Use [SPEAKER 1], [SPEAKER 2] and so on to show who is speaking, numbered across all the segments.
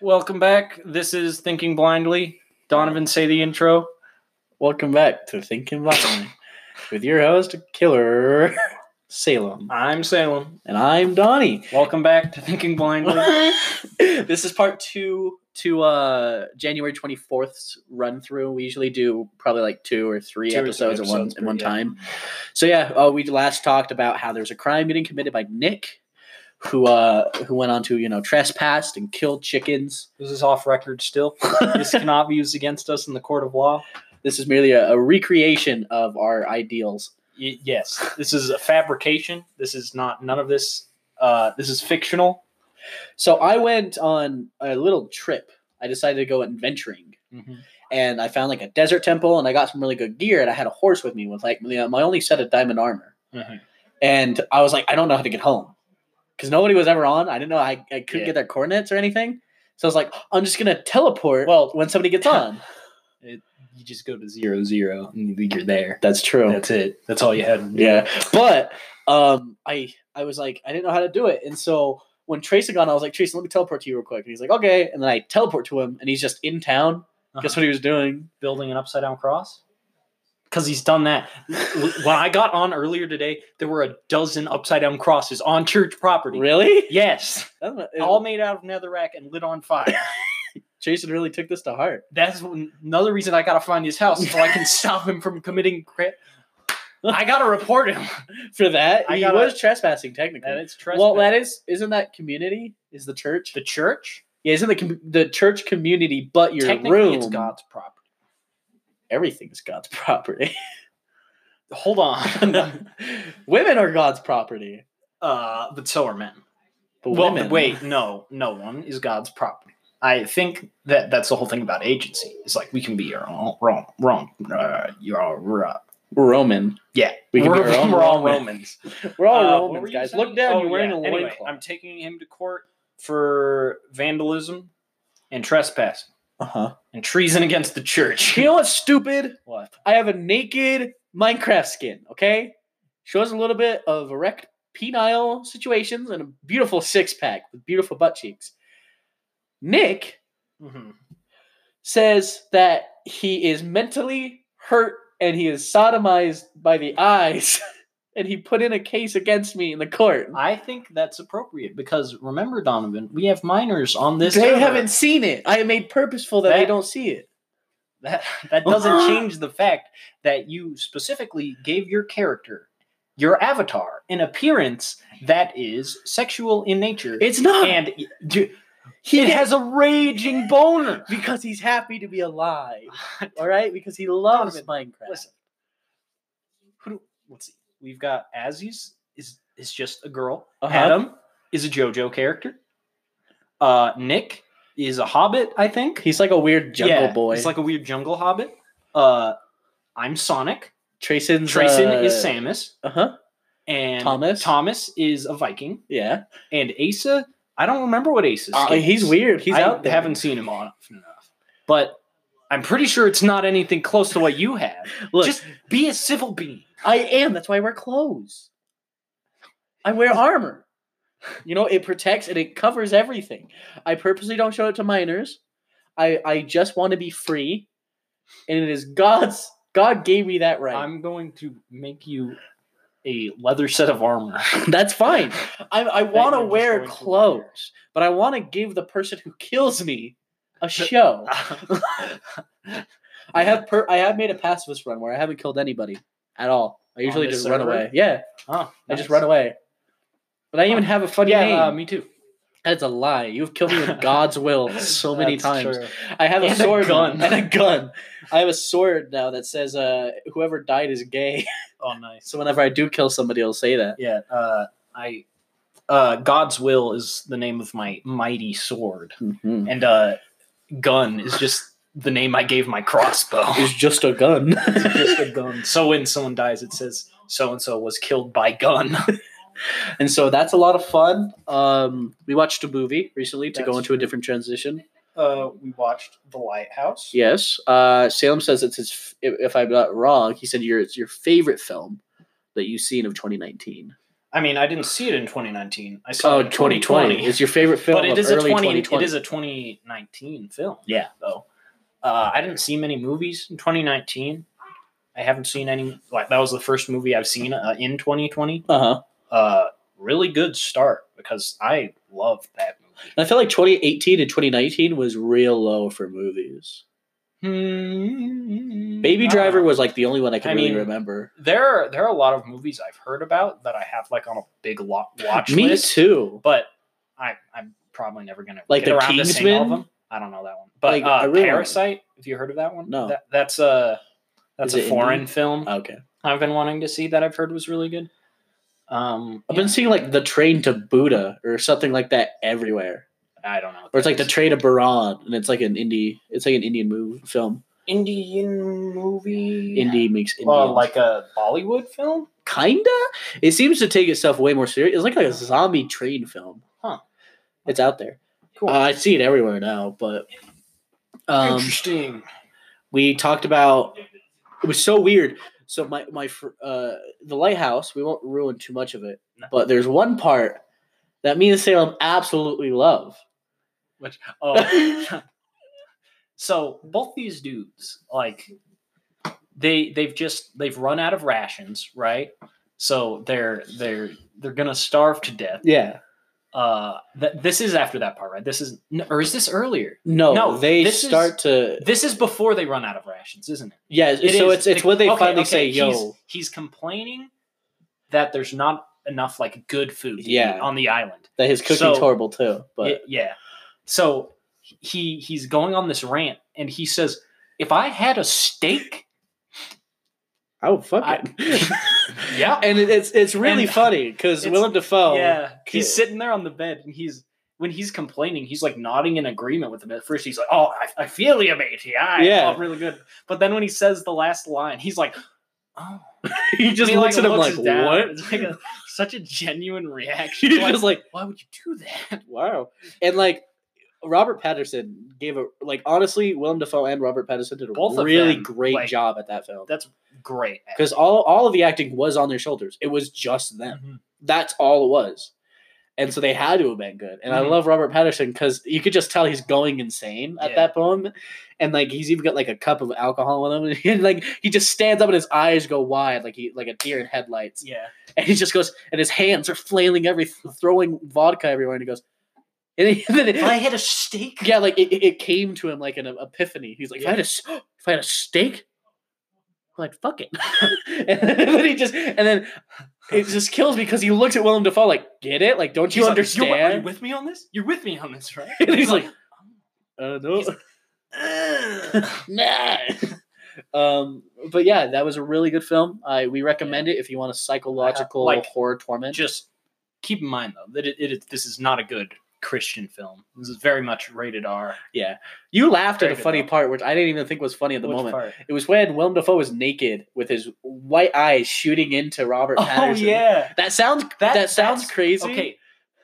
[SPEAKER 1] Welcome back. This is Thinking Blindly. Donovan, say the intro.
[SPEAKER 2] Welcome back to Thinking Blindly with your host, Killer Salem.
[SPEAKER 1] I'm Salem.
[SPEAKER 2] And I'm Donnie.
[SPEAKER 1] Welcome back to Thinking Blindly.
[SPEAKER 2] this is part two to uh January 24th's run through. We usually do probably like two or three
[SPEAKER 1] Two or three
[SPEAKER 2] episodes at one
[SPEAKER 1] episodes
[SPEAKER 2] at
[SPEAKER 1] per-
[SPEAKER 2] one
[SPEAKER 1] yeah.
[SPEAKER 2] time. So yeah, uh, we last talked about how there's a crime being committed by Nick who uh who went on to, you know, trespassed and killed chickens.
[SPEAKER 1] this is off record still. This cannot be used against us in the court of law.
[SPEAKER 2] This is merely a, a recreation of our ideals.
[SPEAKER 1] Y- yes, this is a fabrication. This is not none of this. Uh, this is fictional.
[SPEAKER 2] So I went on a little trip. I decided to go adventuring.
[SPEAKER 1] Mm-hmm.
[SPEAKER 2] And I found like a desert temple and I got some really good gear and I had a horse with me with like you know, my only set of diamond armor.
[SPEAKER 1] Mhm.
[SPEAKER 2] And I was like, I don't know how to get home. Because nobody was ever on. I didn't know I, I couldn't
[SPEAKER 1] Yeah.
[SPEAKER 2] get their coordinates or anything. So I was like, I'm just gonna teleport well when somebody gets on.
[SPEAKER 1] You just go to zero zero and you- you're there.
[SPEAKER 2] That's true.
[SPEAKER 1] That's it. That's all you had.
[SPEAKER 2] Yeah, but um, I I was like I didn't know how to do it, and so when Trace had gone, I was like Trace, let me teleport to you real quick, and he's like okay, and then I teleport to him, and he's just in town. Guess what he was doing?
[SPEAKER 1] building an upside down cross? Because he's done that. L- when I got on earlier today, there were a dozen upside down crosses on church property.
[SPEAKER 2] Really?
[SPEAKER 1] Yes,
[SPEAKER 2] That's not-
[SPEAKER 1] all made out of netherrack and lit on fire.
[SPEAKER 2] Jason really took this to heart.
[SPEAKER 1] That's one- another reason I gotta find his house so I can stop him from committing. Cra- I gotta report him.
[SPEAKER 2] For that,
[SPEAKER 1] I
[SPEAKER 2] he
[SPEAKER 1] gotta-
[SPEAKER 2] was trespassing technically.
[SPEAKER 1] That is trespass.
[SPEAKER 2] Well, that is isn't that community? Is the church?
[SPEAKER 1] the church.
[SPEAKER 2] Yeah, isn't the com- the church community? But your
[SPEAKER 1] Technically,
[SPEAKER 2] room,
[SPEAKER 1] it's God's property.
[SPEAKER 2] everything's God's property.
[SPEAKER 1] Hold on,
[SPEAKER 2] women are God's property.
[SPEAKER 1] uh, but so are men.
[SPEAKER 2] But
[SPEAKER 1] well,
[SPEAKER 2] women,
[SPEAKER 1] wait, no, no one is God's property. I think that that's the whole thing about agency. It's like we can be our own wrong, wrong. Uh, you're all right.
[SPEAKER 2] we're
[SPEAKER 1] Uh,
[SPEAKER 2] Roman.
[SPEAKER 1] Yeah,
[SPEAKER 2] We can be
[SPEAKER 1] we're,
[SPEAKER 2] our own
[SPEAKER 1] we're all
[SPEAKER 2] Roman.
[SPEAKER 1] Romans.
[SPEAKER 2] We're all
[SPEAKER 1] Uh, what were
[SPEAKER 2] Romans,
[SPEAKER 1] you
[SPEAKER 2] guys.
[SPEAKER 1] saying?
[SPEAKER 2] Look down.
[SPEAKER 1] Oh,
[SPEAKER 2] You're wearing
[SPEAKER 1] yeah.
[SPEAKER 2] a
[SPEAKER 1] Anyway,
[SPEAKER 2] loincloth.
[SPEAKER 1] I'm taking him to court for vandalism and trespassing
[SPEAKER 2] Uh-huh.
[SPEAKER 1] and treason against the church.
[SPEAKER 2] You know what's stupid?
[SPEAKER 1] What?
[SPEAKER 2] I have a naked Minecraft skin, okay? Shows a little bit of erect penile situations and a beautiful six pack with beautiful butt cheeks. Nick
[SPEAKER 1] Mhm.
[SPEAKER 2] says that he is mentally hurt and he is sodomized by the eyes, and he put in a case against me in the court.
[SPEAKER 1] I think that's appropriate because remember, Donovan, we have minors on this.
[SPEAKER 2] they
[SPEAKER 1] server.
[SPEAKER 2] haven't seen it. I made purposeful that they
[SPEAKER 1] That-
[SPEAKER 2] don't see it.
[SPEAKER 1] That that doesn't change the fact that you specifically gave your character, your avatar, an appearance that is sexual in nature,
[SPEAKER 2] It's not.
[SPEAKER 1] and it,
[SPEAKER 2] he
[SPEAKER 1] it
[SPEAKER 2] has.
[SPEAKER 1] has a raging boner.
[SPEAKER 2] Because he's happy to be alive. All right? Because he loves Minecraft.
[SPEAKER 1] Listen, who do, let's see. We've got Aziz is is just a girl.
[SPEAKER 2] Uh-huh.
[SPEAKER 1] Adam is a JoJo character. Uh, Nick is a Hobbit, I think.
[SPEAKER 2] He's like a weird jungle
[SPEAKER 1] Yeah,
[SPEAKER 2] boy.
[SPEAKER 1] He's like a weird jungle Hobbit. Uh, I'm Sonic.
[SPEAKER 2] Trayson's,
[SPEAKER 1] Trayson
[SPEAKER 2] uh,
[SPEAKER 1] is Samus.
[SPEAKER 2] Uh-huh.
[SPEAKER 1] and
[SPEAKER 2] Thomas?
[SPEAKER 1] Thomas is a Viking,
[SPEAKER 2] Yeah.
[SPEAKER 1] and Asa. I don't remember what Asa's.
[SPEAKER 2] Uh,
[SPEAKER 1] skin
[SPEAKER 2] he's
[SPEAKER 1] is.
[SPEAKER 2] weird. He's
[SPEAKER 1] I
[SPEAKER 2] out there.
[SPEAKER 1] haven't seen him on enough, but I'm pretty sure it's not anything close to what you have.
[SPEAKER 2] Look,
[SPEAKER 1] Just be a civil being.
[SPEAKER 2] I am. That's why I wear clothes. I wear armor. You know, it protects and it covers everything. I purposely don't show it to minors. I I just want to be free. And it is God's God gave me that right.
[SPEAKER 1] I'm going to make you a leather set of armor.
[SPEAKER 2] That's fine. I, I want
[SPEAKER 1] you're
[SPEAKER 2] to
[SPEAKER 1] just
[SPEAKER 2] wear
[SPEAKER 1] going to
[SPEAKER 2] clothes,
[SPEAKER 1] wear.
[SPEAKER 2] but I want to give the person who kills me a show. I have per- I have made a pacifist run where I haven't killed anybody at all. I usually
[SPEAKER 1] this
[SPEAKER 2] just run
[SPEAKER 1] server?
[SPEAKER 2] away. Yeah,
[SPEAKER 1] oh,
[SPEAKER 2] I just run away. But I even have a funny name.
[SPEAKER 1] Yeah, uh, me too.
[SPEAKER 2] That's a lie. You've killed me with God's will so many
[SPEAKER 1] That's
[SPEAKER 2] times.
[SPEAKER 1] true.
[SPEAKER 2] I have a
[SPEAKER 1] And a
[SPEAKER 2] sword
[SPEAKER 1] gun.
[SPEAKER 2] and a gun. I have a sword now that says uh, whoever died is gay.
[SPEAKER 1] Oh, nice.
[SPEAKER 2] so whenever I do kill somebody, it'll say that.
[SPEAKER 1] Yeah, uh, I. Uh, God's will is the name of my mighty sword.
[SPEAKER 2] Mm-hmm.
[SPEAKER 1] and uh gun is just the name i gave my crossbow
[SPEAKER 2] It's just a gun.
[SPEAKER 1] just a gun so when someone dies it says so and so was killed by gun
[SPEAKER 2] and so that's a lot of fun. Um, we watched a movie recently to go
[SPEAKER 1] That's
[SPEAKER 2] into a
[SPEAKER 1] true.
[SPEAKER 2] different transition.
[SPEAKER 1] uh we watched the lighthouse
[SPEAKER 2] Yes. Uh, Salem says it's his. f- If if I'm not wrong, he said your it's your favorite film that you've seen of 2019.
[SPEAKER 1] I mean, I didn't see it in 2019. I saw
[SPEAKER 2] Oh,
[SPEAKER 1] it in 2020.
[SPEAKER 2] It's your favorite film.
[SPEAKER 1] but it
[SPEAKER 2] of
[SPEAKER 1] is a
[SPEAKER 2] early
[SPEAKER 1] 20 it
[SPEAKER 2] 2020.
[SPEAKER 1] is a 2019 film.
[SPEAKER 2] Yeah.
[SPEAKER 1] Though. Uh, I didn't see many movies in 2019. I haven't seen any like that was the first movie I've seen uh, in 2020.
[SPEAKER 2] Uh huh.
[SPEAKER 1] Uh really good start because I love that movie.
[SPEAKER 2] I feel like 2018 and 2019 was real low for movies.
[SPEAKER 1] Hmm.
[SPEAKER 2] Baby Driver
[SPEAKER 1] Ah.
[SPEAKER 2] was like the only one I can
[SPEAKER 1] I
[SPEAKER 2] really
[SPEAKER 1] mean,
[SPEAKER 2] remember.
[SPEAKER 1] there are there are a lot of movies I've heard about that I have like on a big lo- watch
[SPEAKER 2] Me
[SPEAKER 1] list,
[SPEAKER 2] too.
[SPEAKER 1] but I I'm probably never gonna
[SPEAKER 2] Like
[SPEAKER 1] get
[SPEAKER 2] The
[SPEAKER 1] around to seeing all of
[SPEAKER 2] Kingsman?
[SPEAKER 1] them. I don't know that one, but
[SPEAKER 2] Like, I
[SPEAKER 1] uh,
[SPEAKER 2] really-
[SPEAKER 1] Parasite. Have you heard of that one?
[SPEAKER 2] No.
[SPEAKER 1] that, that's a that's
[SPEAKER 2] Is it
[SPEAKER 1] a foreign
[SPEAKER 2] indie?
[SPEAKER 1] film
[SPEAKER 2] Okay.
[SPEAKER 1] I've been wanting to see that I've heard was really good. Um,
[SPEAKER 2] I've been seeing like the train to Buddha or something like that everywhere.
[SPEAKER 1] I don't know, what
[SPEAKER 2] Or it's
[SPEAKER 1] that
[SPEAKER 2] like the
[SPEAKER 1] is.
[SPEAKER 2] train to Baran and it's like an indie it's like an Indian move film.
[SPEAKER 1] Indian movie,
[SPEAKER 2] Indie makes Indian.
[SPEAKER 1] well, like a Bollywood film.
[SPEAKER 2] kinda? It seems to take itself way more serious. It's like a zombie train film.
[SPEAKER 1] Huh.
[SPEAKER 2] It's out there.
[SPEAKER 1] Cool,
[SPEAKER 2] Uh, I see it everywhere now, but um
[SPEAKER 1] interesting.
[SPEAKER 2] we talked about it was so weird so my my fr- uh the lighthouse we won't ruin too much of it
[SPEAKER 1] No.
[SPEAKER 2] but there's one part that me and salem absolutely love
[SPEAKER 1] Which oh, so both these dudes like they they've just they've run out of rations, right? So they're they're they're gonna starve to death.
[SPEAKER 2] yeah
[SPEAKER 1] Uh, th- this is after that part, right? This is n- or is this earlier?
[SPEAKER 2] no
[SPEAKER 1] No,
[SPEAKER 2] they
[SPEAKER 1] this is-
[SPEAKER 2] start to
[SPEAKER 1] This is before they run out of rations, isn't it?
[SPEAKER 2] yeah
[SPEAKER 1] It
[SPEAKER 2] so
[SPEAKER 1] is.
[SPEAKER 2] it's it's when they
[SPEAKER 1] Okay,
[SPEAKER 2] finally
[SPEAKER 1] okay,
[SPEAKER 2] say yo
[SPEAKER 1] He's, he's complaining that there's not enough like good food to eat
[SPEAKER 2] Yeah.
[SPEAKER 1] on the island.
[SPEAKER 2] that his cooking's
[SPEAKER 1] so-
[SPEAKER 2] horrible too but
[SPEAKER 1] Y- yeah. So he he's going on this rant and he says, "If I had a steak,
[SPEAKER 2] oh fuck
[SPEAKER 1] I-
[SPEAKER 2] it
[SPEAKER 1] yeah,
[SPEAKER 2] and it, it's it's really
[SPEAKER 1] And-
[SPEAKER 2] funny because
[SPEAKER 1] It's-
[SPEAKER 2] willem dafoe
[SPEAKER 1] yeah." He's
[SPEAKER 2] okay.
[SPEAKER 1] sitting there on the bed and he's when he's complaining, he's like nodding in agreement with him. At first, he's like, "Oh, I, I feel you, matey. I,
[SPEAKER 2] Yeah.
[SPEAKER 1] yeah, really good." But then when he says the last line, he's like, "Oh."
[SPEAKER 2] he just
[SPEAKER 1] And he,
[SPEAKER 2] looks at him like
[SPEAKER 1] down.
[SPEAKER 2] what
[SPEAKER 1] It's like a, such a genuine reaction.
[SPEAKER 2] he's
[SPEAKER 1] Like,
[SPEAKER 2] just like
[SPEAKER 1] why would you do that?
[SPEAKER 2] Wow. And like Robert Patterson gave a like honestly, Willem Dafoe and Robert Patterson did a
[SPEAKER 1] Both of
[SPEAKER 2] really
[SPEAKER 1] them,
[SPEAKER 2] great
[SPEAKER 1] like-
[SPEAKER 2] job at that film.
[SPEAKER 1] That's great.
[SPEAKER 2] Because all all of the acting was on their shoulders. It was just them.
[SPEAKER 1] Mhm.
[SPEAKER 2] That's all it was. And so they had to have been good. And I
[SPEAKER 1] Mhm.
[SPEAKER 2] love Robert Patterson because you could just tell he's going insane at
[SPEAKER 1] Yeah.
[SPEAKER 2] that moment. And like he's even got like a cup of alcohol in him. And like he just stands up and his eyes go wide like he like a deer in headlights
[SPEAKER 1] yeah.
[SPEAKER 2] and he just goes, and his hands are flailing every, throwing vodka everywhere, and he goes, and, he, then
[SPEAKER 1] If I
[SPEAKER 2] it,
[SPEAKER 1] had a steak,
[SPEAKER 2] yeah, like it, it- it came to him like an e, epiphany. He's like, if I had a, s- if I had a steak, I'm like fuck it, and then he just, and then it just kills me because he looks at Willem Dafoe like, get it, like don't you
[SPEAKER 1] He's like, "You're
[SPEAKER 2] understand?
[SPEAKER 1] wi- are you with me on this? You're with me on this, right?
[SPEAKER 2] and he's like, uh, no,
[SPEAKER 1] He's "Ugh."
[SPEAKER 2] nah. Um, but yeah, that was a really good film. I we recommend it if you want a psychological
[SPEAKER 1] like,
[SPEAKER 2] horror torment.
[SPEAKER 1] just keep in mind though that it, it is this is not a good Christian film. This is very much rated R.
[SPEAKER 2] Yeah. You laughed at
[SPEAKER 1] Very
[SPEAKER 2] a
[SPEAKER 1] good
[SPEAKER 2] funny
[SPEAKER 1] though.
[SPEAKER 2] part, which I didn't even think was funny at the
[SPEAKER 1] Which
[SPEAKER 2] moment.
[SPEAKER 1] part?
[SPEAKER 2] It was when Willem Dafoe was naked with his white eyes shooting into Robert
[SPEAKER 1] Oh
[SPEAKER 2] Patterson.
[SPEAKER 1] yeah.
[SPEAKER 2] That sounds that,
[SPEAKER 1] That-
[SPEAKER 2] sounds
[SPEAKER 1] that's-
[SPEAKER 2] crazy.
[SPEAKER 1] Okay,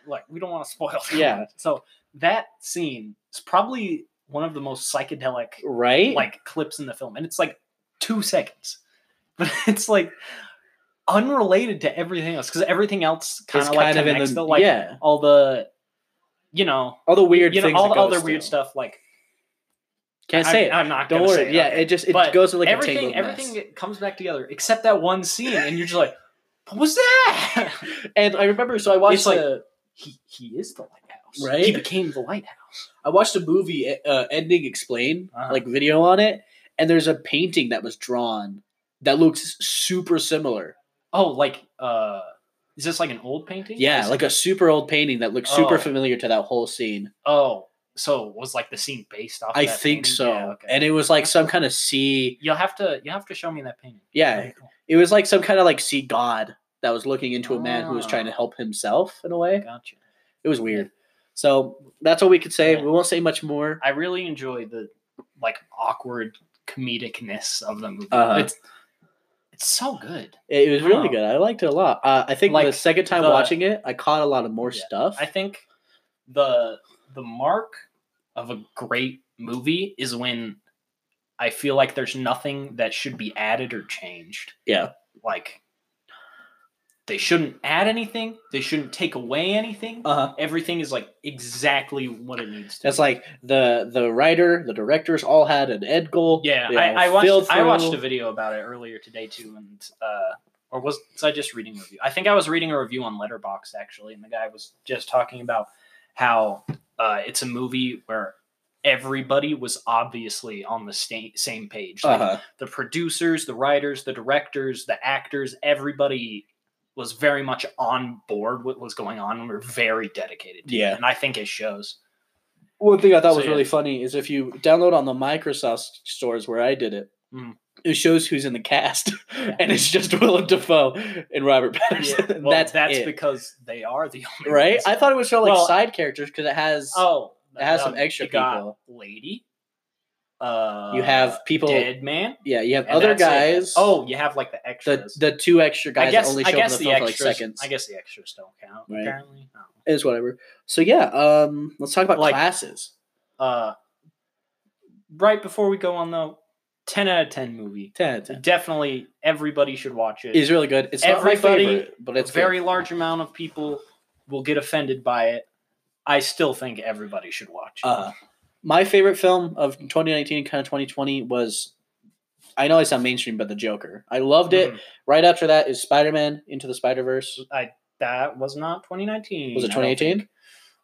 [SPEAKER 1] like we don't want to spoil. that.
[SPEAKER 2] Yeah.
[SPEAKER 1] So that scene is probably one of the most psychedelic
[SPEAKER 2] Right?
[SPEAKER 1] like clips in the film, and it's like two seconds, but it's like unrelated to everything else because everything else kind
[SPEAKER 2] It's
[SPEAKER 1] of like
[SPEAKER 2] in
[SPEAKER 1] connects
[SPEAKER 2] the-
[SPEAKER 1] though, like
[SPEAKER 2] yeah.
[SPEAKER 1] all the you know
[SPEAKER 2] All the weird
[SPEAKER 1] you know
[SPEAKER 2] things.
[SPEAKER 1] all
[SPEAKER 2] it
[SPEAKER 1] the all
[SPEAKER 2] goes
[SPEAKER 1] the weird
[SPEAKER 2] through.
[SPEAKER 1] stuff like
[SPEAKER 2] Can't
[SPEAKER 1] I'm-
[SPEAKER 2] say it.
[SPEAKER 1] I'm not
[SPEAKER 2] Don't
[SPEAKER 1] gonna
[SPEAKER 2] worry.
[SPEAKER 1] say it,
[SPEAKER 2] yeah,
[SPEAKER 1] okay.
[SPEAKER 2] it just it
[SPEAKER 1] But
[SPEAKER 2] goes through like a
[SPEAKER 1] everything
[SPEAKER 2] tangled
[SPEAKER 1] everything
[SPEAKER 2] mess.
[SPEAKER 1] comes back together except that one scene and you're just like what was that
[SPEAKER 2] And I remember so I watched
[SPEAKER 1] It's like-
[SPEAKER 2] the
[SPEAKER 1] he he is the lighthouse
[SPEAKER 2] Right?
[SPEAKER 1] he became the lighthouse
[SPEAKER 2] I watched a movie uh, ending explain
[SPEAKER 1] Uh-huh.
[SPEAKER 2] like video on it and there's a painting that was drawn that looks super similar
[SPEAKER 1] oh like uh is this like an old painting
[SPEAKER 2] Yeah,
[SPEAKER 1] Is-
[SPEAKER 2] like a super old painting that looks super
[SPEAKER 1] Oh.
[SPEAKER 2] familiar to that whole scene.
[SPEAKER 1] oh so was like the scene based off
[SPEAKER 2] I
[SPEAKER 1] that
[SPEAKER 2] think
[SPEAKER 1] painting?
[SPEAKER 2] so.
[SPEAKER 1] Yeah, okay.
[SPEAKER 2] And it was like some kind of sea.
[SPEAKER 1] you'll have to you'll have to show me that painting
[SPEAKER 2] Yeah,
[SPEAKER 1] Okay, cool.
[SPEAKER 2] it was like some kind of like sea god that was looking into a man who was
[SPEAKER 1] Ah.
[SPEAKER 2] trying to help himself in a way.
[SPEAKER 1] gotcha
[SPEAKER 2] It was weird. So that's all we could say.
[SPEAKER 1] Yeah.
[SPEAKER 2] We won't say much more.
[SPEAKER 1] i really enjoy the like awkward comedicness of the movie
[SPEAKER 2] Uh-huh.
[SPEAKER 1] it's it's so good
[SPEAKER 2] It, it was really
[SPEAKER 1] Wow.
[SPEAKER 2] good. I liked it a lot. Uh, I think the
[SPEAKER 1] Like,
[SPEAKER 2] second time
[SPEAKER 1] the-
[SPEAKER 2] watching it, I caught a lot of more
[SPEAKER 1] Yeah,
[SPEAKER 2] stuff.
[SPEAKER 1] I think the the mark of a great movie is when I feel like there's nothing that should be added or changed.
[SPEAKER 2] Yeah.
[SPEAKER 1] Like They shouldn't add anything. They shouldn't take away anything.
[SPEAKER 2] Uh huh.
[SPEAKER 1] Everything is like exactly what it needs to.
[SPEAKER 2] That's like the the writer, the directors all had an end goal.
[SPEAKER 1] yeah,
[SPEAKER 2] They all
[SPEAKER 1] I, I
[SPEAKER 2] filled
[SPEAKER 1] watched. I watched
[SPEAKER 2] through.
[SPEAKER 1] a video about it earlier today too, and uh, or was, was I just reading a review? I think I was reading a review on Letterbox actually, and the guy was just talking about how uh, it's a movie where everybody was obviously on the sta- same page. Like,
[SPEAKER 2] Uh-huh.
[SPEAKER 1] the producers, the writers, the directors, the actors, everybody was very much on board what was going on and were very dedicated to
[SPEAKER 2] Yeah.
[SPEAKER 1] it. And I think it shows.
[SPEAKER 2] One thing I thought was
[SPEAKER 1] So, yeah.
[SPEAKER 2] really funny is if you download on the Microsoft stores where I did it,
[SPEAKER 1] Mhm.
[SPEAKER 2] it shows who's in the cast, and it's just Willem Dafoe and Robert Patterson.
[SPEAKER 1] Well,
[SPEAKER 2] that's
[SPEAKER 1] that's
[SPEAKER 2] it,
[SPEAKER 1] because they are the only
[SPEAKER 2] right.
[SPEAKER 1] ones.
[SPEAKER 2] I thought it would show like
[SPEAKER 1] Well,
[SPEAKER 2] side characters because it has
[SPEAKER 1] oh,
[SPEAKER 2] it has
[SPEAKER 1] um,
[SPEAKER 2] some extra
[SPEAKER 1] you got
[SPEAKER 2] people.
[SPEAKER 1] Lady. Uh,
[SPEAKER 2] You have people,
[SPEAKER 1] dead man.
[SPEAKER 2] yeah. You have
[SPEAKER 1] and
[SPEAKER 2] other
[SPEAKER 1] that's it.
[SPEAKER 2] guys.
[SPEAKER 1] Oh, you have like the
[SPEAKER 2] the
[SPEAKER 1] extras.
[SPEAKER 2] the two extra guys
[SPEAKER 1] I guess
[SPEAKER 2] that only
[SPEAKER 1] I
[SPEAKER 2] show up in
[SPEAKER 1] guess
[SPEAKER 2] the
[SPEAKER 1] the,
[SPEAKER 2] film for like
[SPEAKER 1] extras.
[SPEAKER 2] seconds.
[SPEAKER 1] I guess the extras don't count.
[SPEAKER 2] Right.
[SPEAKER 1] Apparently, I don't know.
[SPEAKER 2] It's whatever. So yeah, um, let's talk about
[SPEAKER 1] Like-
[SPEAKER 2] classes.
[SPEAKER 1] uh right before we go on though 10 out of 10 movie
[SPEAKER 2] Ten out of ten.
[SPEAKER 1] definitely everybody should watch it
[SPEAKER 2] It's really good. It's not my
[SPEAKER 1] Everybody-
[SPEAKER 2] favorite, but it's
[SPEAKER 1] a
[SPEAKER 2] good.
[SPEAKER 1] very large amount of people will get offended by it i still think everybody should watch it
[SPEAKER 2] Uh, my favorite film of 2019, kind of 2020, was I know it's not mainstream, but The Joker. I loved it.
[SPEAKER 1] Mhm.
[SPEAKER 2] Right after that is Spider Man Into the Spider Verse.
[SPEAKER 1] that was not 2019
[SPEAKER 2] Was it
[SPEAKER 1] I don't think.
[SPEAKER 2] 2018?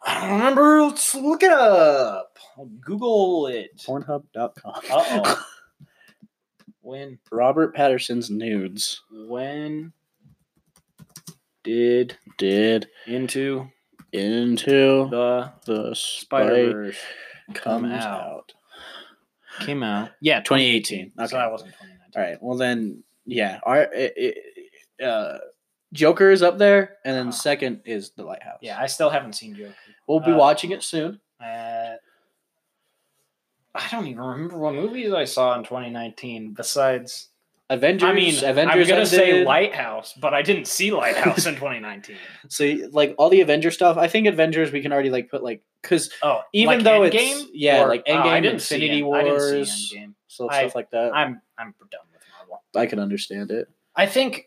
[SPEAKER 1] I don't remember let's look it up google it
[SPEAKER 2] Pornhub.com.
[SPEAKER 1] uh-oh when
[SPEAKER 2] Robert Patterson's nudes
[SPEAKER 1] when did
[SPEAKER 2] did
[SPEAKER 1] into
[SPEAKER 2] into
[SPEAKER 1] the
[SPEAKER 2] the
[SPEAKER 1] spider
[SPEAKER 2] Spider
[SPEAKER 1] verse
[SPEAKER 2] comes
[SPEAKER 1] out.
[SPEAKER 2] out.
[SPEAKER 1] came out. Yeah,
[SPEAKER 2] 2018.
[SPEAKER 1] So
[SPEAKER 2] Okay.
[SPEAKER 1] that wasn't 2019.
[SPEAKER 2] All right. Well then, yeah. Our it, it, uh, Joker is up there, and then
[SPEAKER 1] Uh-huh.
[SPEAKER 2] second is The Lighthouse.
[SPEAKER 1] Yeah, I still haven't seen Joker.
[SPEAKER 2] we'll be
[SPEAKER 1] uh,
[SPEAKER 2] watching it soon.
[SPEAKER 1] Uh, I don't even remember what movies I saw in 2019 besides.
[SPEAKER 2] Avengers.
[SPEAKER 1] I mean, I'm
[SPEAKER 2] Avengers
[SPEAKER 1] gonna say
[SPEAKER 2] ended.
[SPEAKER 1] Lighthouse, but I didn't see Lighthouse in 2019.
[SPEAKER 2] So like all the Avengers stuff, I think Avengers we can already like put like because
[SPEAKER 1] Oh,
[SPEAKER 2] Even
[SPEAKER 1] like
[SPEAKER 2] though it's-
[SPEAKER 1] Endgame?
[SPEAKER 2] yeah, like
[SPEAKER 1] oh, I
[SPEAKER 2] Endgame,
[SPEAKER 1] didn't see
[SPEAKER 2] Infinity
[SPEAKER 1] End- I didn't see
[SPEAKER 2] Wars.
[SPEAKER 1] Endgame.
[SPEAKER 2] so
[SPEAKER 1] I-
[SPEAKER 2] stuff like that. I,
[SPEAKER 1] I'm I'm done with Marvel.
[SPEAKER 2] can understand it.
[SPEAKER 1] I think,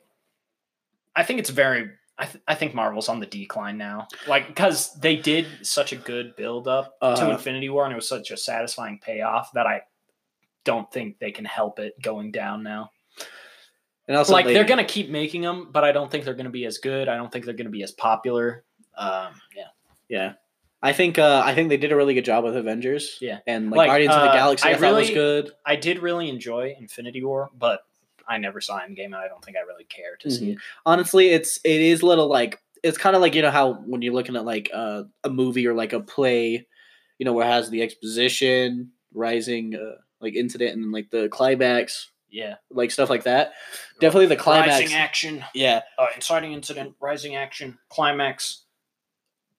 [SPEAKER 1] I think it's very. I, th- I think Marvel's on the decline now. Like because they did such a good build up to
[SPEAKER 2] Uh-huh.
[SPEAKER 1] Infinity War, and it was such a satisfying payoff that I don't think they can help it going down now.
[SPEAKER 2] And also
[SPEAKER 1] like
[SPEAKER 2] they-
[SPEAKER 1] they're gonna keep making them, but I don't think they're gonna be as good. I don't think they're gonna be as popular. Um, yeah,
[SPEAKER 2] yeah. I think uh I think they did a really good job with Avengers.
[SPEAKER 1] Yeah.
[SPEAKER 2] and like,
[SPEAKER 1] Like,
[SPEAKER 2] Guardians of the
[SPEAKER 1] uh,
[SPEAKER 2] Galaxy, I,
[SPEAKER 1] I
[SPEAKER 2] thought was
[SPEAKER 1] really-
[SPEAKER 2] good.
[SPEAKER 1] I did really enjoy Infinity War, but I never saw Endgame, and I don't think I really care to
[SPEAKER 2] Mm-hmm.
[SPEAKER 1] see it.
[SPEAKER 2] Honestly, it's it is a little like it's kind of like you know how when you're looking at like uh, a movie or like a play, you know where it has the exposition, rising uh, like incident, and then like the climax,
[SPEAKER 1] Yeah,
[SPEAKER 2] like stuff like that. Definitely the climax.
[SPEAKER 1] rising action,
[SPEAKER 2] Yeah,
[SPEAKER 1] uh, inciting incident, rising action, climax,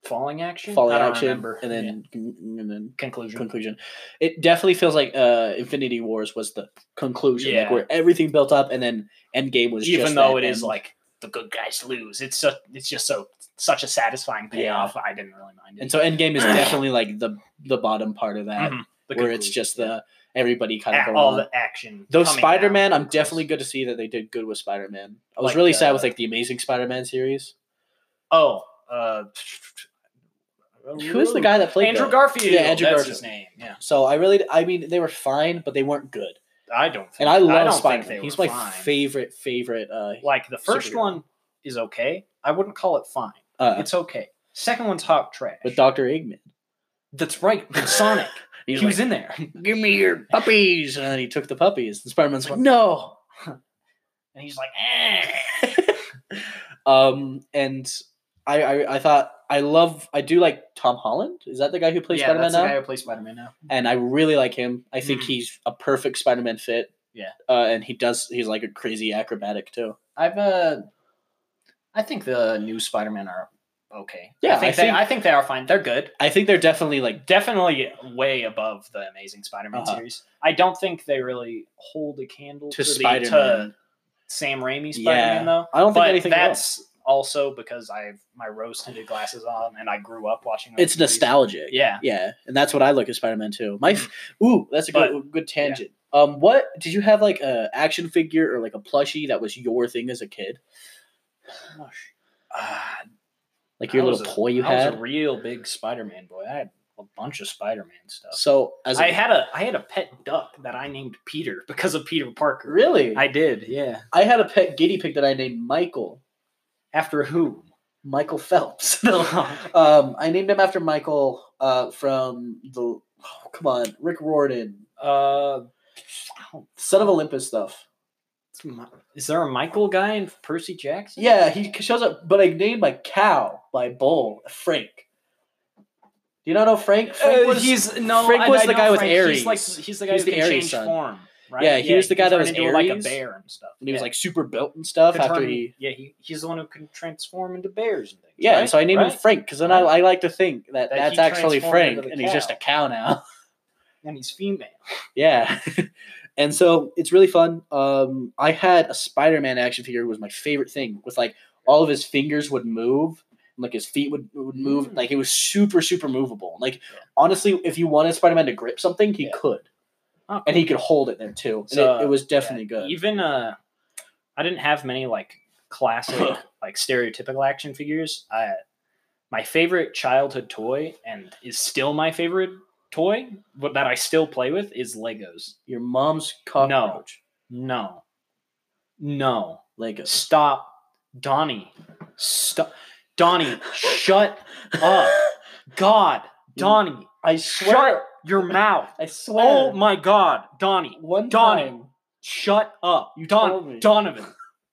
[SPEAKER 1] falling action,
[SPEAKER 2] falling
[SPEAKER 1] I don't
[SPEAKER 2] action,
[SPEAKER 1] remember.
[SPEAKER 2] and
[SPEAKER 1] Yeah.
[SPEAKER 2] then and then
[SPEAKER 1] conclusion.
[SPEAKER 2] conclusion. It definitely feels like uh, Infinity Wars was the conclusion, like
[SPEAKER 1] Yeah.
[SPEAKER 2] where everything built up, and then Endgame was
[SPEAKER 1] Even
[SPEAKER 2] just
[SPEAKER 1] though
[SPEAKER 2] that
[SPEAKER 1] it is
[SPEAKER 2] end.
[SPEAKER 1] like the good guys lose, it's so, it's just so such a satisfying
[SPEAKER 2] Yeah.
[SPEAKER 1] payoff. I didn't really mind it.
[SPEAKER 2] and so Endgame is definitely like the the bottom part of that,
[SPEAKER 1] Mhm. The
[SPEAKER 2] where it's
[SPEAKER 1] conclusion,
[SPEAKER 2] just
[SPEAKER 1] yeah.
[SPEAKER 2] the everybody kind of
[SPEAKER 1] A-
[SPEAKER 2] going
[SPEAKER 1] all
[SPEAKER 2] on.
[SPEAKER 1] the action.
[SPEAKER 2] Though
[SPEAKER 1] coming
[SPEAKER 2] Spider Man,
[SPEAKER 1] down.
[SPEAKER 2] I'm definitely good to see that they did good with Spider Man. I was
[SPEAKER 1] Like,
[SPEAKER 2] really sad with
[SPEAKER 1] uh,
[SPEAKER 2] like the Amazing Spider Man series.
[SPEAKER 1] Oh, uh,
[SPEAKER 2] Who is the guy that played
[SPEAKER 1] Oh, Andrew
[SPEAKER 2] that?
[SPEAKER 1] Garfield.
[SPEAKER 2] Yeah, Andrew
[SPEAKER 1] that's
[SPEAKER 2] Garfield.
[SPEAKER 1] his name. Yeah,
[SPEAKER 2] So I really, I mean, they were fine, but they weren't good.
[SPEAKER 1] I don't. Think,
[SPEAKER 2] And I
[SPEAKER 1] don't
[SPEAKER 2] love
[SPEAKER 1] think
[SPEAKER 2] Spider
[SPEAKER 1] they
[SPEAKER 2] Man. He's
[SPEAKER 1] were
[SPEAKER 2] my
[SPEAKER 1] fine.
[SPEAKER 2] favorite, favorite. Uh,
[SPEAKER 1] Like the first
[SPEAKER 2] superhero.
[SPEAKER 1] one is okay. I wouldn't call it fine.
[SPEAKER 2] uh
[SPEAKER 1] It's okay. Second one's hot trash.
[SPEAKER 2] with Doctor Eggman.
[SPEAKER 1] That's right. with Sonic. he
[SPEAKER 2] He's
[SPEAKER 1] was in there,
[SPEAKER 2] like, "Give me your puppies," and then he took the puppies. And Spider Man's like, "No."
[SPEAKER 1] and he's like, eh.
[SPEAKER 2] Um, and I, I, I thought I love, I do like Tom Holland. Is that the guy who plays
[SPEAKER 1] yeah,
[SPEAKER 2] Spider Man
[SPEAKER 1] that's the guy
[SPEAKER 2] now?
[SPEAKER 1] who plays Spider Man now.
[SPEAKER 2] And I really like him. I think
[SPEAKER 1] Mhm.
[SPEAKER 2] he's a perfect Spider Man fit.
[SPEAKER 1] Yeah.
[SPEAKER 2] Uh, and he does. He's like a crazy acrobatic too.
[SPEAKER 1] I've uh, I think the new Spider Man are okay.
[SPEAKER 2] Yeah,
[SPEAKER 1] I think
[SPEAKER 2] I
[SPEAKER 1] they,
[SPEAKER 2] think-
[SPEAKER 1] I think they are fine. They're good.
[SPEAKER 2] I think they're definitely like
[SPEAKER 1] definitely way above the Amazing Spider-Man
[SPEAKER 2] Uh-huh.
[SPEAKER 1] series. I don't think they really hold a candle
[SPEAKER 2] to
[SPEAKER 1] to,
[SPEAKER 2] Spider
[SPEAKER 1] the to
[SPEAKER 2] Man.
[SPEAKER 1] Sam Raimi
[SPEAKER 2] Yeah.
[SPEAKER 1] Spider-Man though.
[SPEAKER 2] I don't think
[SPEAKER 1] But
[SPEAKER 2] anything. That's
[SPEAKER 1] that's also because I have my rose-tinted glasses on and I grew up watching. those
[SPEAKER 2] it's
[SPEAKER 1] movies.
[SPEAKER 2] nostalgic.
[SPEAKER 1] Yeah,
[SPEAKER 2] Yeah, and that's what I look at Spider Man too. My,
[SPEAKER 1] Mm-hmm.
[SPEAKER 2] f- ooh, that's a good good tangent. Um, what did you have like a action figure or like a plushie that was your thing as a kid?
[SPEAKER 1] Gosh. Ah,
[SPEAKER 2] Like your
[SPEAKER 1] I was
[SPEAKER 2] little
[SPEAKER 1] a-
[SPEAKER 2] toy you
[SPEAKER 1] I was a
[SPEAKER 2] had.
[SPEAKER 1] real big Spider-Man boy. I had a bunch of Spider-Man stuff.
[SPEAKER 2] So as
[SPEAKER 1] I
[SPEAKER 2] a
[SPEAKER 1] had a I had a pet duck that I named Peter because of Peter Parker.
[SPEAKER 2] really, I,
[SPEAKER 1] I did, yeah.
[SPEAKER 2] had a pet guinea pig that I named Michael.
[SPEAKER 1] After whom?
[SPEAKER 2] Michael Phelps.
[SPEAKER 1] oh,
[SPEAKER 2] um, I named him after Michael uh, from the oh, come on Rick Riordan,
[SPEAKER 1] uh,
[SPEAKER 2] son of Olympus stuff.
[SPEAKER 1] it's Mi- is there a Michael guy in Percy Jackson?
[SPEAKER 2] Yeah, he c- shows up, but I named my cow, my bull, Frank. Do you not know Frank? Frank
[SPEAKER 1] Uh, he's no.
[SPEAKER 2] Frank
[SPEAKER 1] I-
[SPEAKER 2] was
[SPEAKER 1] I
[SPEAKER 2] the
[SPEAKER 1] know
[SPEAKER 2] guy with
[SPEAKER 1] He's like
[SPEAKER 2] Ares.
[SPEAKER 1] he's the guy
[SPEAKER 2] He's
[SPEAKER 1] who
[SPEAKER 2] the
[SPEAKER 1] can
[SPEAKER 2] Ares
[SPEAKER 1] change
[SPEAKER 2] son.
[SPEAKER 1] form, right?
[SPEAKER 2] Yeah, he was the guy
[SPEAKER 1] can
[SPEAKER 2] that
[SPEAKER 1] turn
[SPEAKER 2] was
[SPEAKER 1] into, like a
[SPEAKER 2] Ares,
[SPEAKER 1] bear and stuff.
[SPEAKER 2] and he was
[SPEAKER 1] Yeah.
[SPEAKER 2] like super built and stuff
[SPEAKER 1] Could
[SPEAKER 2] after
[SPEAKER 1] turn-
[SPEAKER 2] he.
[SPEAKER 1] yeah, he, he's the one who can transform into bears and things.
[SPEAKER 2] Yeah,
[SPEAKER 1] right?
[SPEAKER 2] so I named him
[SPEAKER 1] Right?
[SPEAKER 2] Frank because then I, I like to think
[SPEAKER 1] That
[SPEAKER 2] that, that's
[SPEAKER 1] he
[SPEAKER 2] actually
[SPEAKER 1] transformed
[SPEAKER 2] Frank,
[SPEAKER 1] into the
[SPEAKER 2] and he's just
[SPEAKER 1] cow.
[SPEAKER 2] a cow now.
[SPEAKER 1] and he's female.
[SPEAKER 2] Yeah. and so it's really fun. Um, I had a Spider Man action figure who was my favorite thing with like all of his fingers would move. and, Like his feet would, would move,
[SPEAKER 1] Mm.
[SPEAKER 2] like it was super, super movable. Like
[SPEAKER 1] Yeah.
[SPEAKER 2] honestly, if you wanted Spider Man to grip something, he
[SPEAKER 1] Yeah.
[SPEAKER 2] could,
[SPEAKER 1] Oh,
[SPEAKER 2] and he could hold it there too. And
[SPEAKER 1] So,
[SPEAKER 2] it, it was definitely
[SPEAKER 1] Yeah,
[SPEAKER 2] good.
[SPEAKER 1] Even uh, I didn't have many like classic, like stereotypical action figures. I my favorite childhood toy and is still my favorite toy, but that I still play with is Legos.
[SPEAKER 2] Your mom's cockroach,
[SPEAKER 1] No, no,
[SPEAKER 2] Legos.
[SPEAKER 1] stop, Donnie, stop, Donnie, shut up, God, Donnie,
[SPEAKER 2] I swear,
[SPEAKER 1] your mouth.
[SPEAKER 2] I swear.
[SPEAKER 1] Oh my God, Donnie,
[SPEAKER 2] One
[SPEAKER 1] Donnie.
[SPEAKER 2] time,
[SPEAKER 1] Shut up.
[SPEAKER 2] You
[SPEAKER 1] Don-
[SPEAKER 2] told me.
[SPEAKER 1] Donovan.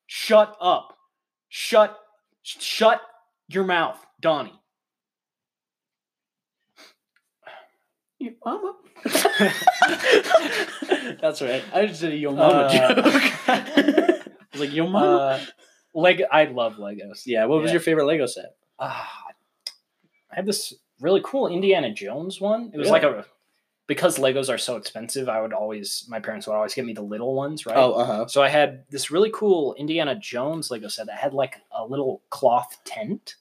[SPEAKER 1] Shut up. Shut sh- shut your mouth, Donnie.
[SPEAKER 2] your mama. That's right. I just did a yo mama
[SPEAKER 1] Uh,
[SPEAKER 2] joke. It's like yo mama.
[SPEAKER 1] Uh, Leg I love Legos.
[SPEAKER 2] yeah. What was
[SPEAKER 1] yeah.
[SPEAKER 2] your favorite Lego set?
[SPEAKER 1] Ah, I had this really cool Indiana Jones one. It was like a because Legos are so expensive, I would always my parents would always get me the little ones, right?
[SPEAKER 2] Oh, uh huh.
[SPEAKER 1] So I had this really cool Indiana Jones Lego set that had like a little cloth tent.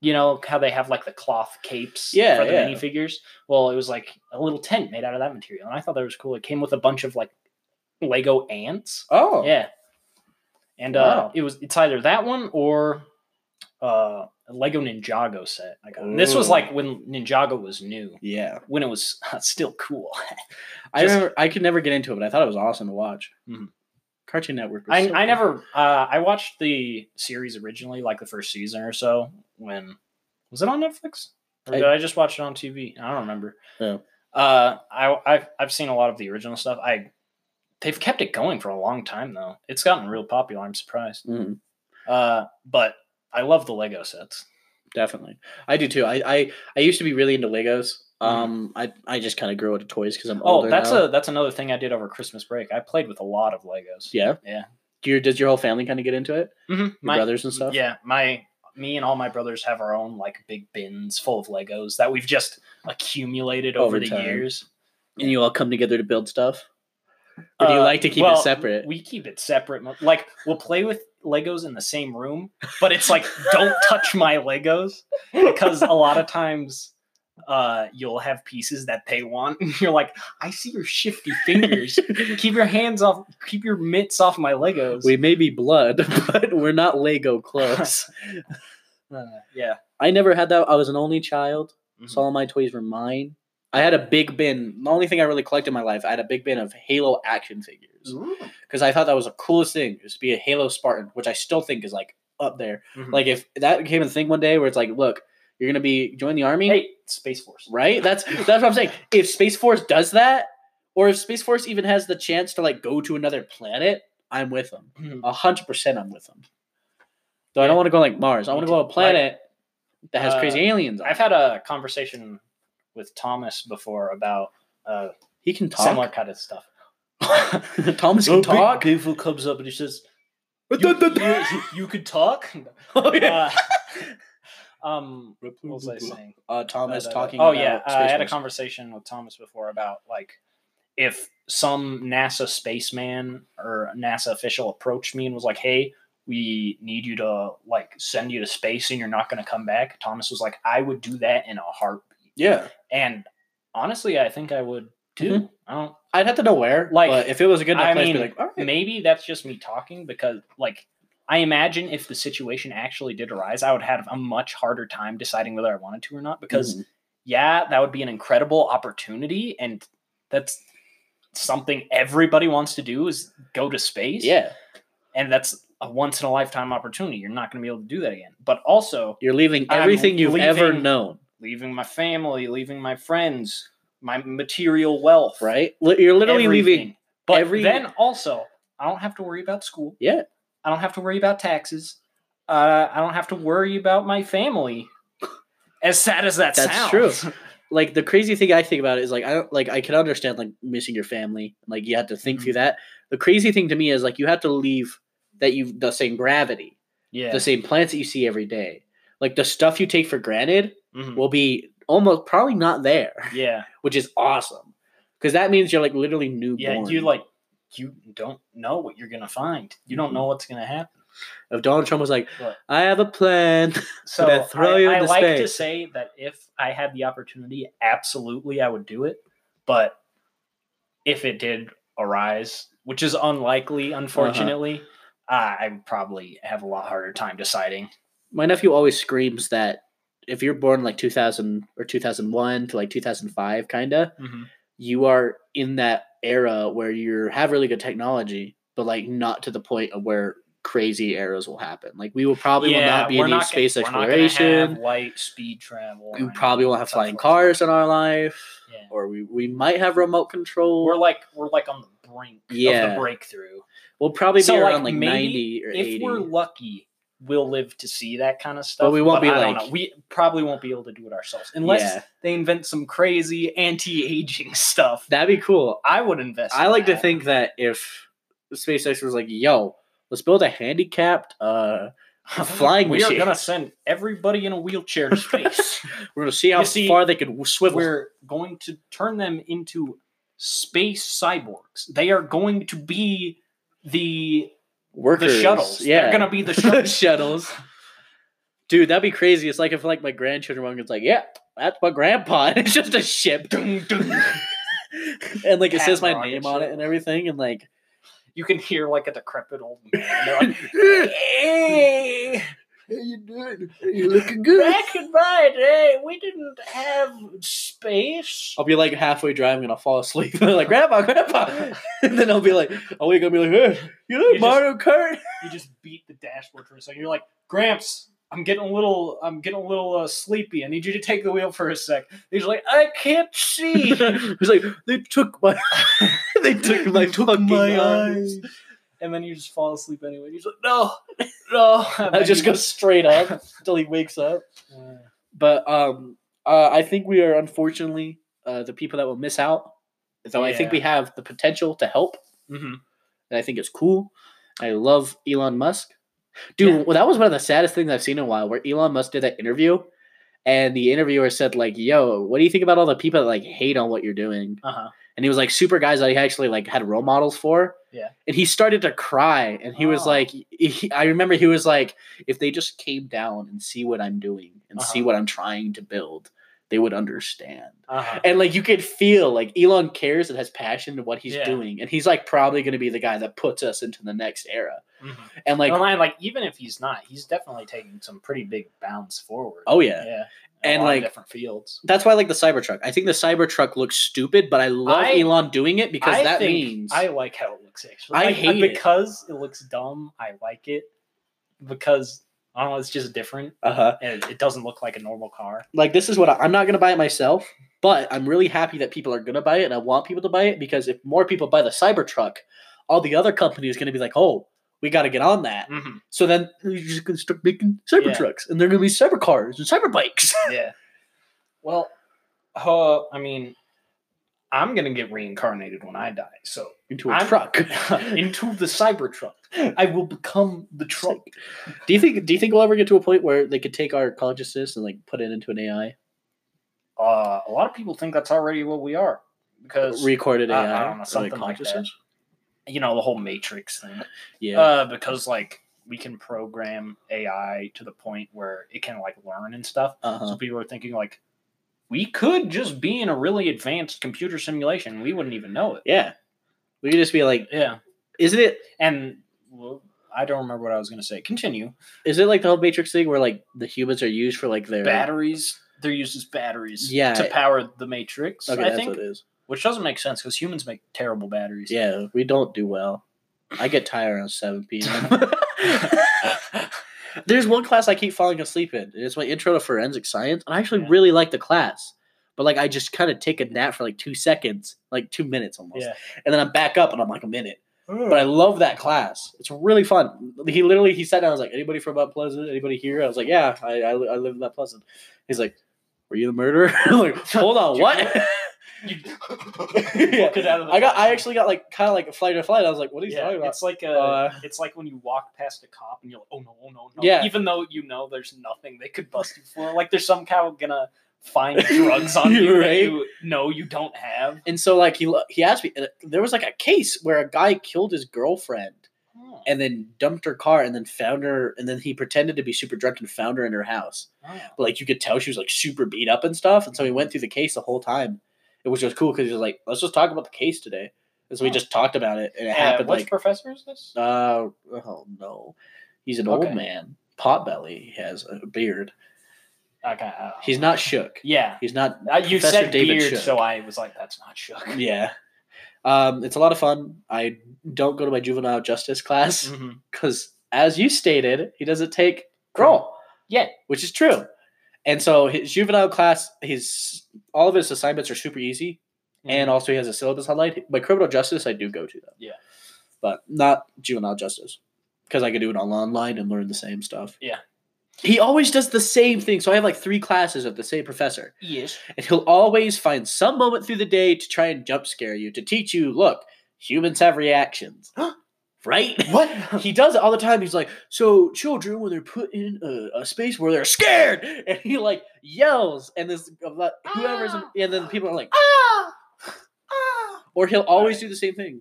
[SPEAKER 1] You know how they have like the cloth capes
[SPEAKER 2] Yeah,
[SPEAKER 1] for the
[SPEAKER 2] yeah.
[SPEAKER 1] minifigures? Well, it was like a little tent made out of that material. And I thought that was cool. It came with a bunch of like Lego ants.
[SPEAKER 2] Oh,
[SPEAKER 1] Yeah. And uh,
[SPEAKER 2] Wow.
[SPEAKER 1] it was it's either that one or uh, a Lego Ninjago set. I got. And This was
[SPEAKER 2] Ooh.
[SPEAKER 1] like when Ninjago was new,
[SPEAKER 2] Yeah.
[SPEAKER 1] when it was still cool.
[SPEAKER 2] I
[SPEAKER 1] Just-
[SPEAKER 2] remember. I could never get into it, but I thought it was awesome to watch.
[SPEAKER 1] Mhm.
[SPEAKER 2] Cartoon Network. Was
[SPEAKER 1] I,
[SPEAKER 2] so
[SPEAKER 1] I
[SPEAKER 2] good.
[SPEAKER 1] never uh, I watched the series originally, like the first season or so. When was it on Netflix? Or
[SPEAKER 2] I-
[SPEAKER 1] did I just watch it on TV? I don't remember.
[SPEAKER 2] Yeah.
[SPEAKER 1] Uh, I I've, I've seen a lot of the original stuff. I they've kept it going for a long time though. It's gotten real popular. I'm surprised.
[SPEAKER 2] Mhm,
[SPEAKER 1] Uh, but I love the Lego sets.
[SPEAKER 2] definitely. I do too. I I, I used to be really into Legos.
[SPEAKER 1] Mhm.
[SPEAKER 2] Um, I I just kind of grew out of toys because I'm
[SPEAKER 1] Oh,
[SPEAKER 2] older.
[SPEAKER 1] that's
[SPEAKER 2] now.
[SPEAKER 1] a that's another thing I did over Christmas break. I played with a lot of Legos.
[SPEAKER 2] yeah.
[SPEAKER 1] Yeah.
[SPEAKER 2] Do your does your whole family kind of get into it?
[SPEAKER 1] Mhm.
[SPEAKER 2] Your
[SPEAKER 1] My-
[SPEAKER 2] brothers and stuff.
[SPEAKER 1] Yeah, my me and all my brothers have our own like big bins full of Legos that we've just accumulated over,
[SPEAKER 2] Over
[SPEAKER 1] the
[SPEAKER 2] time.
[SPEAKER 1] years.
[SPEAKER 2] And you all come together to build stuff. Or do you
[SPEAKER 1] Uh,
[SPEAKER 2] like to keep
[SPEAKER 1] well,
[SPEAKER 2] it separate?
[SPEAKER 1] We keep it separate. mo- Like we'll play with Legos in the same room, but it's like don't touch my Legos because a lot of times uh you'll have pieces that they want and you're like i see your shifty fingers keep your hands off keep your mitts off my legos
[SPEAKER 2] We may be blood, but we're not Lego close.
[SPEAKER 1] Uh, yeah
[SPEAKER 2] I never had that. I was an only child,
[SPEAKER 1] Mhm.
[SPEAKER 2] so all my toys were mine. I had a big bin. The only thing I really collected in my life, I had a big bin of Halo action figures
[SPEAKER 1] Ooh.
[SPEAKER 2] because I thought that was the coolest thing. Is to be a Halo Spartan, which I still think is like up there.
[SPEAKER 1] Mhm.
[SPEAKER 2] Like if that became a thing one day, where it's like, look, you're gonna be join the army,
[SPEAKER 1] hey space force
[SPEAKER 2] right? That's that's what I'm saying. If Space Force does that, or if Space Force even has the chance to like go to another planet, I'm with them.
[SPEAKER 1] Mhm.
[SPEAKER 2] A hundred percent, I'm with them. Though I don't want to go like Mars. I
[SPEAKER 1] Me
[SPEAKER 2] want to
[SPEAKER 1] too.
[SPEAKER 2] go to a planet that has
[SPEAKER 1] Uh,
[SPEAKER 2] crazy aliens. On
[SPEAKER 1] I've had a conversation with Thomas before about uh,
[SPEAKER 2] he can
[SPEAKER 1] similar
[SPEAKER 2] talk.
[SPEAKER 1] kind of stuff.
[SPEAKER 2] Thomas can talk.
[SPEAKER 1] Beautiful comes up and he says, you could talk."
[SPEAKER 2] Oh, yeah.
[SPEAKER 1] Uh, um, what was I saying?
[SPEAKER 2] Uh, Thomas
[SPEAKER 1] Uh,
[SPEAKER 2] talking.
[SPEAKER 1] Oh
[SPEAKER 2] about
[SPEAKER 1] yeah, uh, I
[SPEAKER 2] Space
[SPEAKER 1] had a
[SPEAKER 2] Force.
[SPEAKER 1] conversation with Thomas before about like if some NASA spaceman or NASA official approached me and was like, "Hey." We need you to like send you to space and you're not going to come back. Thomas was like, I would do that in a heartbeat.
[SPEAKER 2] Yeah,
[SPEAKER 1] And honestly, I think I would too.
[SPEAKER 2] Mhm.
[SPEAKER 1] I don't.
[SPEAKER 2] I'd have to know where.
[SPEAKER 1] Like,
[SPEAKER 2] Like, if it was a good enough
[SPEAKER 1] I
[SPEAKER 2] place, I'd be
[SPEAKER 1] mean,
[SPEAKER 2] like, all right.
[SPEAKER 1] Maybe that's just me talking because, like, I imagine if the situation actually did arise, I would have a much harder time deciding whether I wanted to or not because
[SPEAKER 2] Mhm.
[SPEAKER 1] yeah, that would be an incredible opportunity and that's something everybody wants to do is go to space.
[SPEAKER 2] yeah,
[SPEAKER 1] And that's a once in a lifetime opportunity. You're not going to be able to do that again. But also
[SPEAKER 2] you're leaving
[SPEAKER 1] I'm
[SPEAKER 2] everything you've ever
[SPEAKER 1] leaving-
[SPEAKER 2] known,
[SPEAKER 1] leaving my family, leaving my friends, my material wealth,
[SPEAKER 2] right? Li- You're literally leaving.
[SPEAKER 1] everything. But
[SPEAKER 2] every-
[SPEAKER 1] then also, I don't have to worry about school.
[SPEAKER 2] Yeah,
[SPEAKER 1] I don't have to worry about taxes. Uh, I don't have to worry about my family. As sad as that
[SPEAKER 2] That's
[SPEAKER 1] sounds,
[SPEAKER 2] true. like the crazy thing I think about it is like I don't like I can understand like missing your family, like you had to think
[SPEAKER 1] Mm-hmm.
[SPEAKER 2] through that. The crazy thing to me is like you have to leave that you the same gravity,
[SPEAKER 1] Yeah.
[SPEAKER 2] the same plants that you see every day, like the stuff you take for granted
[SPEAKER 1] Mhm.
[SPEAKER 2] will be almost probably not there,
[SPEAKER 1] yeah.
[SPEAKER 2] which is awesome because that means you're like literally newborn.
[SPEAKER 1] Yeah. You like you don't know what you're gonna find. You
[SPEAKER 2] Mm-hmm.
[SPEAKER 1] don't know what's gonna happen.
[SPEAKER 2] if Donald Trump was like,
[SPEAKER 1] What?
[SPEAKER 2] I have a plan.
[SPEAKER 1] So
[SPEAKER 2] I throw
[SPEAKER 1] I,
[SPEAKER 2] you
[SPEAKER 1] I
[SPEAKER 2] into
[SPEAKER 1] like to
[SPEAKER 2] space?
[SPEAKER 1] say that if I had the opportunity, absolutely I would do it. But if it did arise, which is unlikely,
[SPEAKER 2] Uh-huh.
[SPEAKER 1] unfortunately, uh I would probably have a lot harder time deciding.
[SPEAKER 2] My nephew always screams that if you're born like 2000 or 2001 to like 2005, kind of, you are in that era where you have really good technology, but like not to the point of where crazy eras will happen. Like we will probably will not be in
[SPEAKER 1] we're
[SPEAKER 2] the
[SPEAKER 1] not gonna-
[SPEAKER 2] space
[SPEAKER 1] we're not gonna have
[SPEAKER 2] exploration.
[SPEAKER 1] light speed travel.
[SPEAKER 2] We
[SPEAKER 1] or
[SPEAKER 2] probably
[SPEAKER 1] anything
[SPEAKER 2] won't have
[SPEAKER 1] stuff
[SPEAKER 2] flying
[SPEAKER 1] like
[SPEAKER 2] cars in our life,
[SPEAKER 1] that. Yeah.
[SPEAKER 2] or we, we might have remote control.
[SPEAKER 1] We're like we're like on the brink of
[SPEAKER 2] Yeah.
[SPEAKER 1] the breakthrough.
[SPEAKER 2] we'll probably
[SPEAKER 1] so,
[SPEAKER 2] be
[SPEAKER 1] like,
[SPEAKER 2] around like,
[SPEAKER 1] maybe
[SPEAKER 2] 90 or
[SPEAKER 1] if
[SPEAKER 2] 80.
[SPEAKER 1] we're lucky, we'll live to see that kind of stuff.
[SPEAKER 2] we won't be
[SPEAKER 1] I don't
[SPEAKER 2] like-
[SPEAKER 1] know. we probably won't be able to do it ourselves unless
[SPEAKER 2] Yeah.
[SPEAKER 1] they invent some crazy anti-aging stuff.
[SPEAKER 2] That'd be cool.
[SPEAKER 1] I would invest.
[SPEAKER 2] I
[SPEAKER 1] in
[SPEAKER 2] like to
[SPEAKER 1] that.
[SPEAKER 2] think that if SpaceX was like, "Yo, let's build a handicapped, uh, flying
[SPEAKER 1] we
[SPEAKER 2] machine.
[SPEAKER 1] are gonna send everybody in a wheelchair to space.
[SPEAKER 2] we're gonna see how
[SPEAKER 1] You see,
[SPEAKER 2] far they can swivel."
[SPEAKER 1] We're going to turn them into space cyborgs. They are going to be the
[SPEAKER 2] Workers,
[SPEAKER 1] the shuttles.
[SPEAKER 2] yeah,
[SPEAKER 1] They're gonna be the
[SPEAKER 2] The
[SPEAKER 1] shuttles.
[SPEAKER 2] shuttles. Dude, that'd be crazy. It's like if like my grandchildren were it's like, "Yeah, that's my grandpa." and it's just a ship,
[SPEAKER 1] Dun, dun.
[SPEAKER 2] and like it
[SPEAKER 1] Cat
[SPEAKER 2] says my
[SPEAKER 1] rocket
[SPEAKER 2] name on
[SPEAKER 1] ship.
[SPEAKER 2] it and everything, and like,
[SPEAKER 1] You can hear like a decrepit old man. and they're like,
[SPEAKER 2] "Hey, how you doing? You looking good?"
[SPEAKER 1] Back in my day, we didn't have space.
[SPEAKER 2] I'll be like halfway driving and I'll fall asleep. And I'm like, Grandpa, Grandpa. And then I'll be like, I'll wake up and be like, hey, you like
[SPEAKER 1] You just-
[SPEAKER 2] Mario Kart?
[SPEAKER 1] You just beat the dashboard for a second. You're like, Gramps, I'm getting a little, I'm getting a little uh, sleepy. I need you to take the wheel for a sec. He's like, I can't see.
[SPEAKER 2] He's like, they took my, they took my fucking eyes.
[SPEAKER 1] And then you just fall asleep anyway. He's like, no, no. And
[SPEAKER 2] I
[SPEAKER 1] then
[SPEAKER 2] just
[SPEAKER 1] you-
[SPEAKER 2] go straight up until he wakes up.
[SPEAKER 1] Uh,
[SPEAKER 2] But um, uh, I think we are unfortunately uh, the people that will miss out. Though I think
[SPEAKER 1] Yeah.
[SPEAKER 2] we have the potential to help.
[SPEAKER 1] mhm.
[SPEAKER 2] And I think it's cool. I love Elon Musk. Dude,
[SPEAKER 1] Yeah.
[SPEAKER 2] well, that was one of the saddest things I've seen in a while where Elon Musk did that interview and the interviewer said, like, yo, what do you think about all the people that like hate on what you're doing?
[SPEAKER 1] Uh-huh.
[SPEAKER 2] And he was like super guys that he actually like had role models for.
[SPEAKER 1] Yeah.
[SPEAKER 2] And he started to cry and he was
[SPEAKER 1] Oh.
[SPEAKER 2] like he, I remember he was like, if they just came down and see what I'm doing and see
[SPEAKER 1] Uh-huh.
[SPEAKER 2] what I'm trying to build, they would understand
[SPEAKER 1] Uh-huh.
[SPEAKER 2] and like you could feel like Elon cares and has passion to what he's
[SPEAKER 1] Yeah.
[SPEAKER 2] doing, and he's like probably going to be the guy that puts us into the next era.
[SPEAKER 1] Mhm.
[SPEAKER 2] And like,
[SPEAKER 1] Well, and, like, even if he's not, he's definitely taking some pretty big bounds forward.
[SPEAKER 2] oh yeah.
[SPEAKER 1] yeah. In a
[SPEAKER 2] And,
[SPEAKER 1] lot of
[SPEAKER 2] like,
[SPEAKER 1] different fields.
[SPEAKER 2] that's why I like the Cybertruck. I think the Cybertruck looks stupid, but I love
[SPEAKER 1] I-
[SPEAKER 2] Elon doing it because
[SPEAKER 1] I
[SPEAKER 2] that
[SPEAKER 1] think
[SPEAKER 2] means
[SPEAKER 1] I like how it looks actually.
[SPEAKER 2] I
[SPEAKER 1] Like,
[SPEAKER 2] hate it.
[SPEAKER 1] because it. looks dumb. I like it because I don't know. It's just different,
[SPEAKER 2] uh huh.
[SPEAKER 1] and it doesn't look like a normal car.
[SPEAKER 2] Like this is what I, I'm not going to buy it myself, but I'm really happy that people are going to buy it, and I want people to buy it because if more people buy the Cybertruck, all the other companies going to be like, oh. We got to get on that. So then you're just going to start making
[SPEAKER 1] Yeah.
[SPEAKER 2] Cybertrucks, and they're going to be Cybercars and Cyberbikes.
[SPEAKER 1] Yeah. Well, uh, I mean, I'm gonna get reincarnated when I die, so
[SPEAKER 2] Into a
[SPEAKER 1] I'm-
[SPEAKER 2] truck.
[SPEAKER 1] into the Cybertruck, I will become the truck.
[SPEAKER 2] Do you think do you think we'll ever get to a point where they could take our consciousness and like put it into an AI?
[SPEAKER 1] Uh, a lot of people think that's already what we are because
[SPEAKER 2] Recorded
[SPEAKER 1] Uh, I- I
[SPEAKER 2] AI?
[SPEAKER 1] don't know,
[SPEAKER 2] or,
[SPEAKER 1] something like that.
[SPEAKER 2] consciousness?
[SPEAKER 1] you know the whole Matrix thing.
[SPEAKER 2] Yeah.
[SPEAKER 1] Uh, because like we can program AI to the point where it can like learn and stuff. So
[SPEAKER 2] uh-huh.
[SPEAKER 1] people are thinking like we could just be in a really advanced computer simulation. We wouldn't even know it.
[SPEAKER 2] Yeah. We could just be like,
[SPEAKER 1] Yeah,
[SPEAKER 2] isn't it
[SPEAKER 1] and well, I don't remember what I was going to say. Continue.
[SPEAKER 2] Is it like the whole Matrix thing where like the humans are used for like their
[SPEAKER 1] Batteries. They're used as batteries.
[SPEAKER 2] Yeah.
[SPEAKER 1] To power the Matrix.
[SPEAKER 2] Okay,
[SPEAKER 1] I
[SPEAKER 2] that's
[SPEAKER 1] think,
[SPEAKER 2] what it is.
[SPEAKER 1] which doesn't make sense because humans make terrible batteries.
[SPEAKER 2] Yeah, we don't do well. I get tired around seven p.m. There's one class I keep falling asleep in. and It's my intro to forensic science, and I actually
[SPEAKER 1] Yeah.
[SPEAKER 2] really like the class. But like, I just kind of take a nap for like two seconds, like two minutes almost,
[SPEAKER 1] Yeah.
[SPEAKER 2] and then I'm back up, and I'm like a minute. But I love that class. It's really fun. He literally he sat down. I was like, anybody from Mount Pleasant? Anybody here? I was like, yeah, I I, li- I live in Mount Pleasant. He's like, were you the murderer? I'm like, hold on, what?
[SPEAKER 1] Walk it out of the
[SPEAKER 2] I got. I
[SPEAKER 1] classroom.
[SPEAKER 2] actually got like kind of like a flight or flight. I was like, what are you
[SPEAKER 1] Yeah,
[SPEAKER 2] talking about?
[SPEAKER 1] it's like a,
[SPEAKER 2] Uh,
[SPEAKER 1] it's like when you walk past a cop and you're like, oh no, oh no, no.
[SPEAKER 2] Yeah.
[SPEAKER 1] Even though you know there's nothing they could bust you for, like they're somehow gonna find drugs on you that
[SPEAKER 2] Right.
[SPEAKER 1] you know you don't have.
[SPEAKER 2] And so like he lo- he asked me. and uh, There was like a case where a guy killed his girlfriend and then dumped her car and then found her and then he pretended to be super drunk and found her in her house. But like you could tell she was like super beat up and stuff. And so he went through the case the whole time, which was cool because he was like, let's just talk about the case today. And so we
[SPEAKER 1] Oh.
[SPEAKER 2] just talked about it and it
[SPEAKER 1] Uh,
[SPEAKER 2] happened
[SPEAKER 1] which
[SPEAKER 2] like
[SPEAKER 1] professor is this?
[SPEAKER 2] uh oh no, he's an
[SPEAKER 1] Okay.
[SPEAKER 2] old man, potbelly. He has a beard.
[SPEAKER 1] Okay. I don't know.
[SPEAKER 2] He's not shook.
[SPEAKER 1] Yeah.
[SPEAKER 2] He's not.
[SPEAKER 1] Uh, you
[SPEAKER 2] Professor
[SPEAKER 1] said
[SPEAKER 2] David
[SPEAKER 1] beard,
[SPEAKER 2] Shook.
[SPEAKER 1] so I was like, that's not shook.
[SPEAKER 2] Yeah. Um, it's a lot of fun. I don't go to my juvenile justice class.
[SPEAKER 1] Mhm.
[SPEAKER 2] because as you stated, he doesn't take parole.
[SPEAKER 1] Yeah.
[SPEAKER 2] which is true. And so his juvenile class, his all of his assignments are super easy, and also he has a syllabus highlight. My criminal justice, I do go to though.
[SPEAKER 1] Mm-hmm. Yeah.
[SPEAKER 2] but not juvenile justice because I could do it all online and learn the same stuff.
[SPEAKER 1] Yeah.
[SPEAKER 2] He always does the same thing. So I have like three classes of the same professor.
[SPEAKER 1] Yes.
[SPEAKER 2] And he'll always find some moment through the day to try and jump scare you, to teach you, look, humans have reactions. right?
[SPEAKER 1] What?
[SPEAKER 2] he does it all the time. He's like, so children, when they're put in a, a space where they're scared, and he like yells, and this whoever's, in- and then people are like,
[SPEAKER 1] Ah! Ah!
[SPEAKER 2] or he'll always
[SPEAKER 1] Right.
[SPEAKER 2] do the same thing.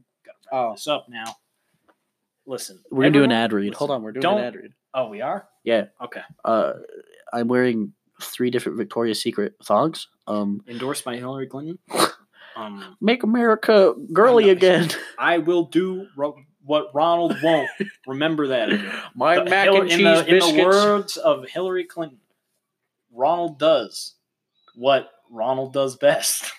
[SPEAKER 2] Oh,
[SPEAKER 1] What's up now? Listen.
[SPEAKER 2] we're gonna do an
[SPEAKER 1] everyone-
[SPEAKER 2] ad read. Hold
[SPEAKER 1] listen,
[SPEAKER 2] on, we're doing
[SPEAKER 1] don't-
[SPEAKER 2] an ad read.
[SPEAKER 1] Oh, we are?
[SPEAKER 2] Yeah.
[SPEAKER 1] Okay.
[SPEAKER 2] Uh, I'm wearing three different Victoria's Secret thongs. Um,
[SPEAKER 1] Endorsed by Hillary Clinton. um,
[SPEAKER 2] make America girly
[SPEAKER 1] Nice.
[SPEAKER 2] again.
[SPEAKER 1] I will do ro- what Ronald won't. Remember that.
[SPEAKER 2] My
[SPEAKER 1] The
[SPEAKER 2] mac
[SPEAKER 1] Hil-
[SPEAKER 2] and
[SPEAKER 1] in
[SPEAKER 2] cheese
[SPEAKER 1] the- in the,
[SPEAKER 2] biscuits.
[SPEAKER 1] words of Hillary Clinton, Ronald does what Ronald does best.